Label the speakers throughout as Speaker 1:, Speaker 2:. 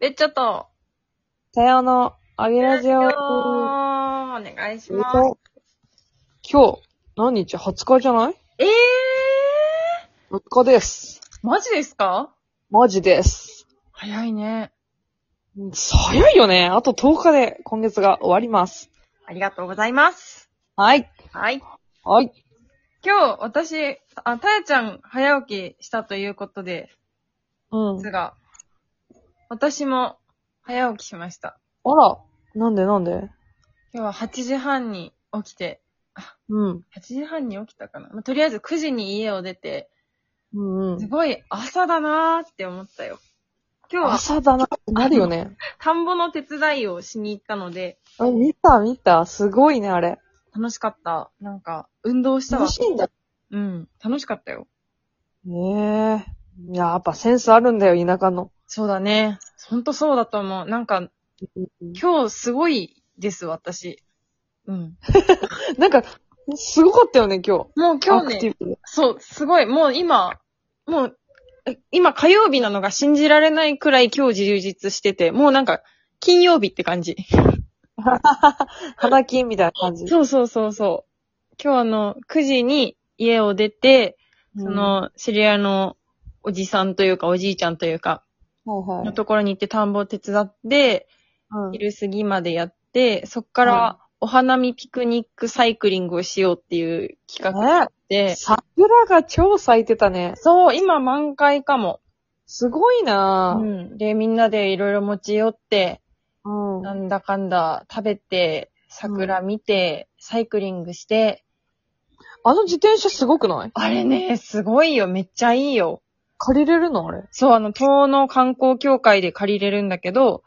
Speaker 1: べっちょと、
Speaker 2: さようの、あげラジオ。
Speaker 1: お願いします。
Speaker 2: 今日、何日 ?20 日じゃない
Speaker 1: えー、
Speaker 2: ?20 日です。
Speaker 1: マジですか
Speaker 2: マジです。
Speaker 1: 早いね。
Speaker 2: うん早いよね。あと10日で今月が終わります。
Speaker 1: ありがとうございます。
Speaker 2: はい。
Speaker 1: はい。
Speaker 2: はい。
Speaker 1: 今日、私、あ、たやちゃん、早起きしたということで
Speaker 2: うん。
Speaker 1: すが、私も、早起きしました。
Speaker 2: あら、なんでなんで
Speaker 1: 今日は8時半に起きて、
Speaker 2: うん。
Speaker 1: 8時半に起きたかな、まあとりあえず9時に家を出て、
Speaker 2: うんう
Speaker 1: す
Speaker 2: ん。
Speaker 1: ごい朝だなーって思ったよ。今日は
Speaker 2: 朝だな、なるよね。
Speaker 1: 田んぼの手伝いをしに行ったので、
Speaker 2: あ見た見た。すごいね、あれ。
Speaker 1: 楽しかった。なんか、運動したわ
Speaker 2: 楽。しいんだ。
Speaker 1: うん。楽しかったよ。
Speaker 2: ねえいや、やっぱセンスあるんだよ、田舎の。
Speaker 1: そうだね。ほんとそうだと思う。なんか、今日すごいです、私。うん。
Speaker 2: なんか、すごかったよね、今日。
Speaker 1: もう今日
Speaker 2: アクテ
Speaker 1: ね、
Speaker 2: ィブで。
Speaker 1: そう、すごい。もう今、もう、え今火曜日なのが信じられないくらい今日充実してて、もうなんか、金曜日って感じ。
Speaker 2: 花金みたいな感じ。
Speaker 1: そうそうそうそう。今日あの、9時に家を出て、その、知り合いのおじさんというかおじいちゃんというか、
Speaker 2: うん、はいは
Speaker 1: の
Speaker 2: い。
Speaker 1: ところに行って田んぼを手伝って、
Speaker 2: うん
Speaker 1: 昼過ぎまでやって、そっからお花見ピクニックサイクリングをしようっていう企画
Speaker 2: ね
Speaker 1: で、
Speaker 2: 桜が超咲いてたね。
Speaker 1: そう、今満開かも。
Speaker 2: すごいうなぁ。
Speaker 1: ん。で、みんなでいろいろ持ち寄って、
Speaker 2: うん。
Speaker 1: なんだかんだ食べて、桜見て、サイクリングして、
Speaker 2: あの自転車すごくない
Speaker 1: あれね、すごいよ、めっちゃいいよ。
Speaker 2: 借りれるのあれ。
Speaker 1: そう、あの、東の観光協会で借りれるんだけど、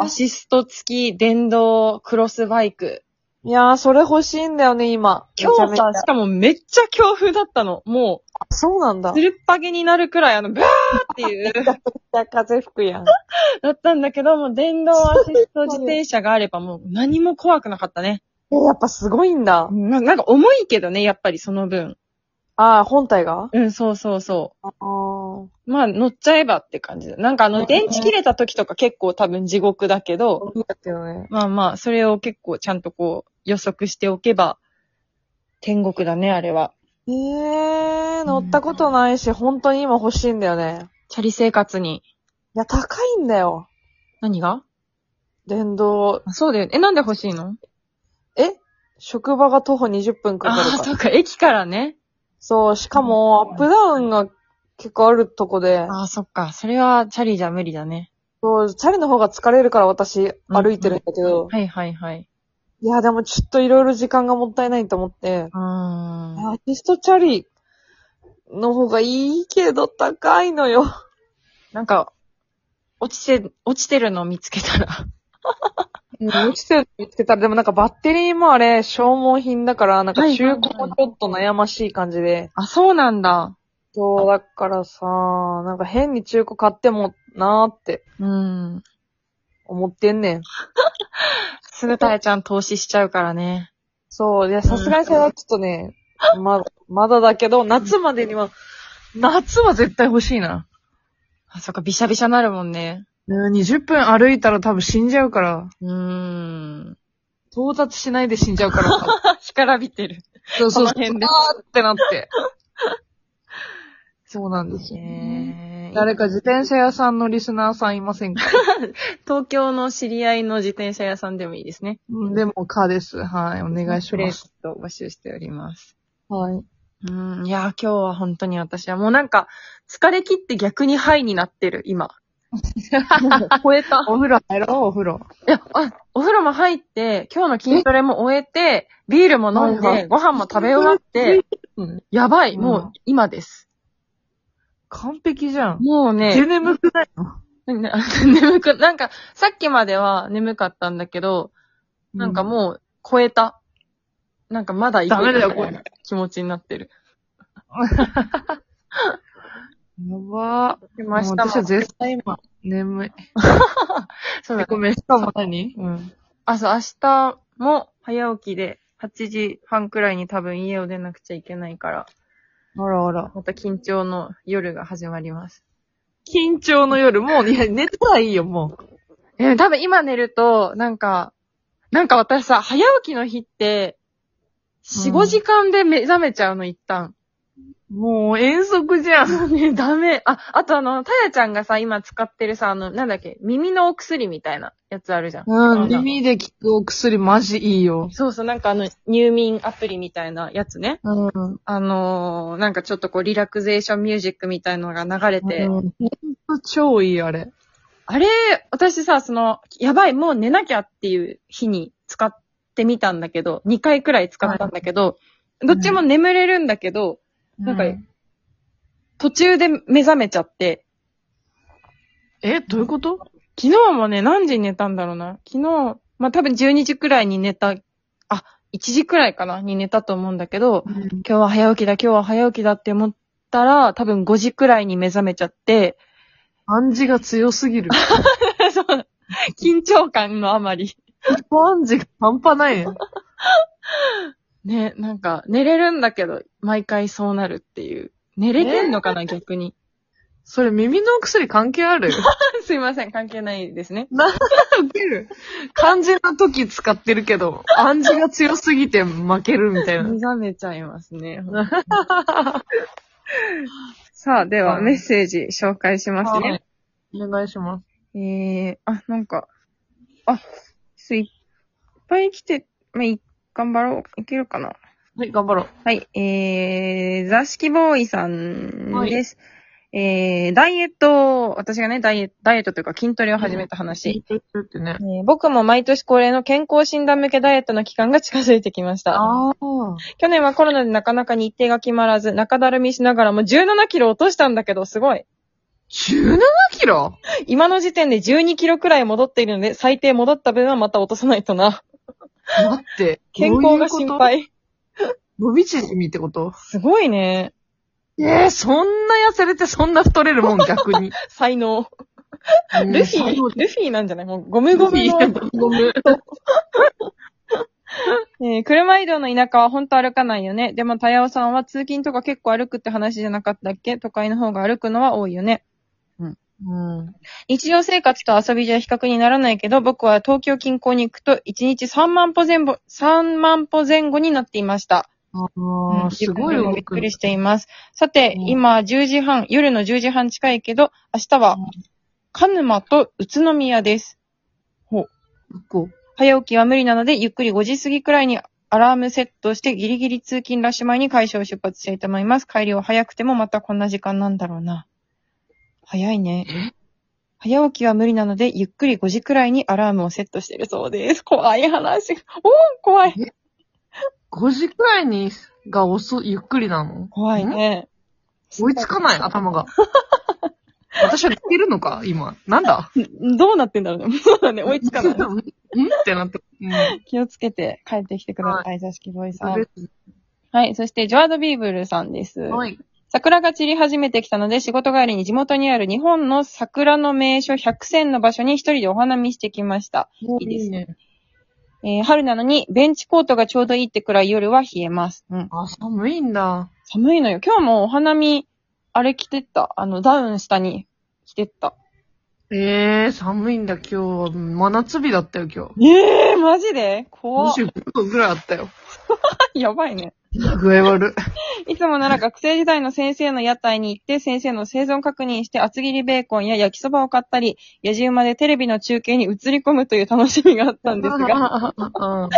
Speaker 1: アシスト付き電動クロスバイク。
Speaker 2: いやー、それ欲しいんだよね、今。
Speaker 1: 今
Speaker 2: め
Speaker 1: 日
Speaker 2: ちゃ
Speaker 1: さ
Speaker 2: めち、ゃ
Speaker 1: しかもめっちゃ強風だったの。も
Speaker 2: そうなんだ
Speaker 1: う、つ。るっぱげになるくらい、あの、ブワーっていう、
Speaker 2: 風吹くやん。
Speaker 1: だったんだけど、もう電動アシスト自転車があればもう何も怖くなかったね。
Speaker 2: やっぱすごいんだ。
Speaker 1: ななんか重いけどね、やっぱりその分。
Speaker 2: あー、本体が
Speaker 1: うん、そうそうそ
Speaker 2: あー。
Speaker 1: う。まあ、乗っちゃえばって感じだ。なんかあの、電池切れた時とか結構多分地獄だけど、
Speaker 2: いいだけどね。
Speaker 1: まあまあ、それを結構ちゃんとこう、予測しておけば、天国だね、あれは。
Speaker 2: えー、乗ったことないし、本当に今欲しいんだよね。
Speaker 1: チャリ生活に。
Speaker 2: いや、高いんだよ。
Speaker 1: 何が
Speaker 2: 電動。
Speaker 1: あそうだよね。え、なんで欲しいの
Speaker 2: え職場が徒歩20分かかる
Speaker 1: あ
Speaker 2: か
Speaker 1: あ、
Speaker 2: ら
Speaker 1: そ。うか、駅からね。
Speaker 2: そう、しかも、アップダウンが結構あるとこで、
Speaker 1: ああ、そっか。それは、チャリじゃ無理だね。
Speaker 2: そう、チャリの方が疲れるから私、
Speaker 1: うん
Speaker 2: 歩いてるんだけど、
Speaker 1: はいはいはい。
Speaker 2: いや、でもちょっといろいろ時間がもったいないと思って、
Speaker 1: うーん。
Speaker 2: アーティストチャリの方がいいけど高いのよ。
Speaker 1: なんか、落ちて、落ちてるのを見つけたら。
Speaker 2: 落ちてる見つけたら、でもなんかバッテリーもあれ、消耗品だから、なんか中古もちょっと悩ましい感じで。
Speaker 1: あ、そうなんだ。
Speaker 2: そう、だからさ、なんか変に中古買ってもなーって
Speaker 1: うーん。
Speaker 2: 思ってんねん。
Speaker 1: すぐたやちゃん投資しちゃうからね。
Speaker 2: そう、いや、さすがにそれはちょっとね、ま、まだだけど、夏までには、夏は絶対欲しいな。
Speaker 1: あ、そっか、びしゃびしゃなるもんね。
Speaker 2: ね20分歩いたら多分死んじゃうから。
Speaker 1: うーん。
Speaker 2: 到達しないで死んじゃう から。
Speaker 1: 干からびてる。
Speaker 2: そうそうそう。
Speaker 1: この辺で
Speaker 2: あーってなって。 そうなんですよね。
Speaker 1: え
Speaker 2: 誰か自転車屋さんのリスナーさんいませんか
Speaker 1: 東京の知り合いの自転車屋さんでもいいですね。
Speaker 2: うんでも、かです。はい、お
Speaker 1: お
Speaker 2: 願いします。。
Speaker 1: と募集しております。
Speaker 2: はい。
Speaker 1: うん、いや、今日は本当に私はもうなんか、疲れ切って逆にハイになってる、 今。超えた。
Speaker 2: お風呂入ろう、お風呂。
Speaker 1: いや、あ、お風呂も入って、今日の筋トレも終えて、ビールも飲ん
Speaker 2: はいは
Speaker 1: で、ご飯も食べ終わって、
Speaker 2: うん、
Speaker 1: やばい、
Speaker 2: うん
Speaker 1: もう今です。
Speaker 2: 完璧じゃん。
Speaker 1: もう
Speaker 2: 全
Speaker 1: ね、
Speaker 2: 然眠くないの
Speaker 1: な眠く、なんか、さっきまでは眠かったんだけど、なんかもう超えた。なんかまだいける
Speaker 2: ダメだよこれ
Speaker 1: 気持ちになってる。
Speaker 2: うん。やばー。
Speaker 1: でも明日
Speaker 2: も
Speaker 1: も。
Speaker 2: う私は絶対今、眠い。
Speaker 1: そうだね
Speaker 2: ごめん、しかも何
Speaker 1: うん。あ、そう、明日も早起きで、8時半くらいに多分家を出なくちゃいけないから、
Speaker 2: あらあら。
Speaker 1: また緊張の夜が始まります。
Speaker 2: 緊張の夜、もう、いや、寝たらいいよ、もう。
Speaker 1: え、多分今寝ると、なんか、なんか私さ、早起きの日って、4、
Speaker 2: うん
Speaker 1: 5時間で目覚めちゃうの、一旦。
Speaker 2: もう、遠足じゃん。
Speaker 1: ね、ダメ。あ、あとあの、たやちゃんがさ、今使ってるさ、あの、なんだっけ、耳のお薬みたいなやつあるじゃん。
Speaker 2: うんん、耳で効くお薬マジいいよ。
Speaker 1: そうそう、なんかあの、入眠アプリみたいなやつね。
Speaker 2: うん。
Speaker 1: あのー、なんかちょっとこう、リラクゼーションミュージックみたいのが流れて。
Speaker 2: ほんと超いい、あれ。
Speaker 1: あれ、私さ、その、やばい、もう寝なきゃっていう日に使ってみたんだけど、2回くらい使ったんだけど、どっちも眠れるんだけど、なんか途中で目覚めちゃって、
Speaker 2: え、どういうこと
Speaker 1: 昨日もね、何時に寝たんだろうな。昨日、まあ、多分12時くらいに寝た、あ、1時くらいかな、に寝たと思うんだけど、今日は早起きだ、今日は早起きだって思ったら、多分5時くらいに目覚めちゃって、
Speaker 2: 暗示が強すぎる。
Speaker 1: そう 緊張感のあまり。
Speaker 2: 暗示が半端ないね。
Speaker 1: ね、なんか、寝れるんだけど、毎回そうなるっていう。寝れてんのかな、逆に。
Speaker 2: それ耳のお薬関係ある
Speaker 1: すいません、関係ないですね。
Speaker 2: 受ける漢字の時使ってるけど、暗示が強すぎて負けるみたいな
Speaker 1: 目。覚めちゃいます ね。さあ、では、
Speaker 2: はい
Speaker 1: メッセージ紹介しますね。
Speaker 2: お願いします。
Speaker 1: えー、あ、なんか、あ、すいっぱい来て、まあ、い頑張ろう。いけるかな。
Speaker 2: はい、頑張ろう。
Speaker 1: はい、えー、座敷ボーイさんです。えー、ダイエット、私がね、ダイエット、ダイエットというか筋トレを始めた話。
Speaker 2: 緊張してるってね。
Speaker 1: えー僕も毎年恒例の健康診断向けダイエットの期間が近づいてきました。
Speaker 2: ああ。
Speaker 1: 去年はコロナでなかなか日程が決まらず、中だるみしながらも17キロ落としたんだけど、すごい。
Speaker 2: 17キロ
Speaker 1: 今の時点で12キロくらい戻っているので、最低戻った分はまた落とさないとな。
Speaker 2: 待って。
Speaker 1: 健康が心配。
Speaker 2: どういうこと。伸び縮みってこと
Speaker 1: すごいね。
Speaker 2: えー、そんな痩せれてそんな太れるもん、逆 に。
Speaker 1: 才能。
Speaker 2: ル
Speaker 1: ルフィ、ルフィなんじゃないもうゴムゴムの。
Speaker 2: ごめん。
Speaker 1: えー車移動の田舎は本当歩かないよね。でも、タヤオさんは通勤とか結構歩くって話じゃなかったっけ都会の方が歩くのは多いよね。
Speaker 2: うん。
Speaker 1: 日常生活と遊びじゃ比較にならないけど、僕は東京近郊に行くと、1日3万歩前後、3万歩前後になっていました。
Speaker 2: ああ、すご
Speaker 1: 自分で
Speaker 2: い動
Speaker 1: もびっ
Speaker 2: く
Speaker 1: く。りしています。さて、
Speaker 2: うん
Speaker 1: 今10時半、夜の10時半近いけど、明日は
Speaker 2: うん、
Speaker 1: 鹿沼と宇都宮です。
Speaker 2: こう
Speaker 1: 早起きは無理なので、ゆっくり5時過ぎくらいにアラームセットして、ギリギリ通勤ラッシュ前に会社を出発したいと思います。帰りは早くてもまたこんな時間なんだろうな。早いね。
Speaker 2: え
Speaker 1: 早起きは無理なので、ゆっくり5時くらいにアラームをセットしてるそうです。怖い話。おー怖い。
Speaker 2: 5時くらいに、が遅、ゆっくりなの
Speaker 1: 怖いね。
Speaker 2: 追いつかない、頭が。私はできるのか今。なん だ。
Speaker 1: んどうなってんだろうね。 そうだね。追いつかない
Speaker 2: んってなって。うん。
Speaker 1: 気をつけて帰ってきてください。座敷ボーイさ
Speaker 2: は
Speaker 1: ん。はい。そして、ジョアード・ビーブルさんです。
Speaker 2: い。
Speaker 1: 桜が散り始めてきたので、仕事帰りに地元にある日本の桜の名所100選の場所に一人でお花見してきました。いいです
Speaker 2: ね。
Speaker 1: えー春なのに、ベンチコートがちょうどいいってくらい夜は冷えます。うん。
Speaker 2: あ、寒いんだ。
Speaker 1: 寒いのよ。今日もお花見、あれ着てった。あの、ダウン下に着てった。
Speaker 2: えー、寒いんだ、今日は。真夏日だったよ、今日。
Speaker 1: ええー、マジで怖っ。
Speaker 2: 25度ぐらいあったよ。
Speaker 1: やばいね。
Speaker 2: 具合悪
Speaker 1: いつもなら学生時代の先生の屋台に行って、先生の生存確認して、厚切りベーコンや焼きそばを買ったり、野じ馬でテレビの中継に映り込むという楽しみがあったん
Speaker 2: い。
Speaker 1: です が、
Speaker 2: うん。
Speaker 1: 今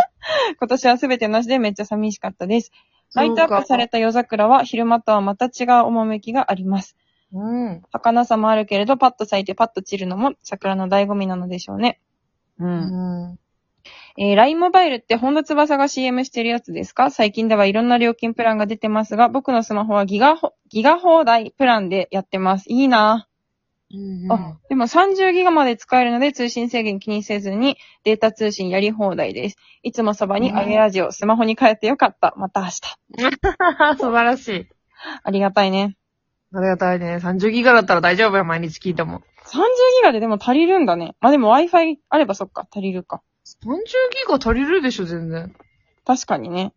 Speaker 1: 年は全てなしでめっちゃ寂しかったです。ライトアップされ
Speaker 2: た。
Speaker 1: た夜桜は昼間とはまた違う趣があります。
Speaker 2: うん。
Speaker 1: 儚さもあるけれど、パッと咲いてパッと散るのも桜の醍醐味なのでしょうね。
Speaker 2: う。
Speaker 1: うんえー、LINE モバイルって本田翼が CM してるやつですか最近ではいろんな料金プランが出てますが、僕のスマホはギガほ、ギガ放題プランでやってます。いいなぁ、あ、でも30ギガまで使えるので通信制限気にせずにデータ通信やり放題です。いつもそばにアゲラジオ、スマホに変えてよかった。また明日。
Speaker 2: 素晴らしい。
Speaker 1: ありがたいね。
Speaker 2: ありがたいね。30ギガだったら大丈夫よ、毎日聞いても。
Speaker 1: 30ギガででも足りるんだね。まあ、でも Wi-Fi あればそっか、足りるか。
Speaker 2: 30ギガ足りるでしょ、全然。
Speaker 1: 確かにね。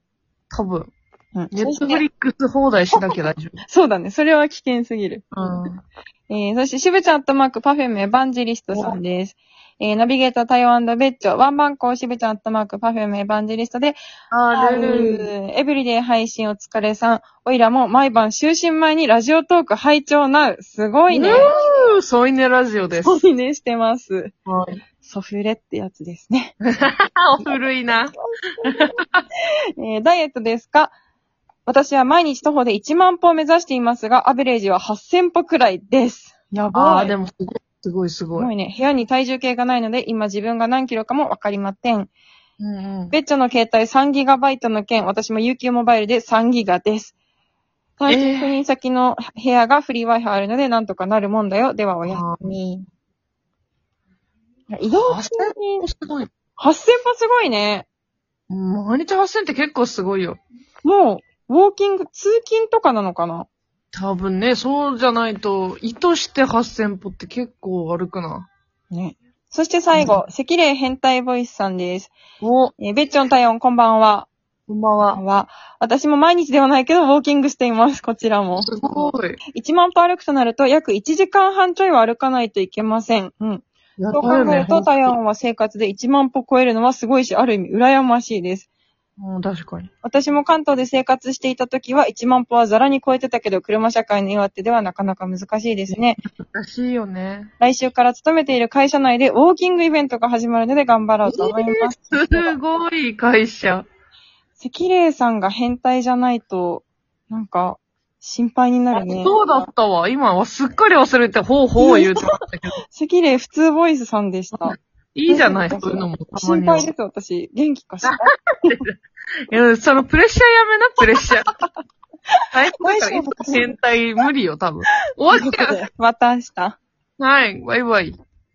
Speaker 2: 多分。
Speaker 1: うん。
Speaker 2: ネ
Speaker 1: そ
Speaker 2: ット
Speaker 1: し
Speaker 2: フ
Speaker 1: て
Speaker 2: リックス放題しなきゃ大丈
Speaker 1: そうだね。それは危険すぎる。
Speaker 2: 夫。うん。
Speaker 1: えー、そして、しぶちゃんとマーク、パフェムエヴァンジリストさんです。えー、ナビゲーター対応ベッチョ、ワンバンコーしぶちゃんとマーク、パフェムエヴァンジリストで、
Speaker 2: あ
Speaker 3: ールル
Speaker 1: エブリデイ配信お疲れさん。おいらも毎晩就寝前にラジオトーク拝聴なう。すごいね。
Speaker 2: ー、ソイネラジオです。
Speaker 1: いいねしてます。
Speaker 2: はい
Speaker 1: ソフレってやつですね。
Speaker 2: あ、古いな。
Speaker 1: えーダイエットですか私は毎日徒歩で1万歩を目指していますが、アベレージは8000歩くらいです。や
Speaker 2: あ
Speaker 1: ば
Speaker 2: あ、
Speaker 1: い。
Speaker 2: でもすごい、すごい、す
Speaker 1: す
Speaker 2: ご
Speaker 1: ご
Speaker 2: い。
Speaker 1: いね。部屋に体重計がないので、今自分が何キロかもわかりません。
Speaker 2: うんうん
Speaker 1: ベッチョの携帯 3GB の件、私も UQ モバイルで 3GB です。単身赴任先の部屋がフリー Wi-Fi あるので、なんとかなるもんだよ。ではおやすみ。移動中に、
Speaker 2: すごい。
Speaker 1: 8000歩すごいね。
Speaker 2: うん毎日8000って結構すごいよ。
Speaker 1: もう、ウォーキング、通勤とかなのかな
Speaker 2: 多分ね、そうじゃないと、意図して8000歩って結構歩くな。
Speaker 1: ね。そして最後、赤霊変態ボイスさんです。
Speaker 2: お、
Speaker 1: えーベッチョン体温こんばんは。
Speaker 2: こんばん
Speaker 1: こんば
Speaker 2: は。
Speaker 1: んは。私も毎日ではないけど、ウォーキングしています。こちらも。
Speaker 2: すごい。
Speaker 1: 1万歩歩くとなると、約1時間半ちょいは歩かないといけません。うん。
Speaker 2: や
Speaker 1: そう考えると、体温は生活で1万歩超えるのはすごいし、ある意味羨ましいです。
Speaker 2: うん、確かに。
Speaker 1: 私も関東で生活していた時は1万歩はザラに超えてたけど、車社会の岩手ではなかなか難しいですね。
Speaker 2: 難しいよね。
Speaker 1: 来週から勤めている会社内でウォーキングイベントが始まるので頑張ろうと思います。
Speaker 2: すごい会社。
Speaker 1: 関麗さんが変態じゃないと、なんか、心配になるね。
Speaker 2: そうだったわ。今はすっかり忘れて、ほうほう言うてましたけど。
Speaker 1: 関麗普通ボイスさんでした。
Speaker 2: いいじゃない、そういうのもたま
Speaker 1: 心
Speaker 2: には。
Speaker 1: 配
Speaker 2: い
Speaker 1: です、私。元気かしら。
Speaker 2: や、そのプレッシャーやめな、プレッシ ャー。はい、だから
Speaker 1: 大丈夫
Speaker 2: 変態無理よ、多分。終わっちゃう。
Speaker 1: また明日。
Speaker 2: はい、バイバイ。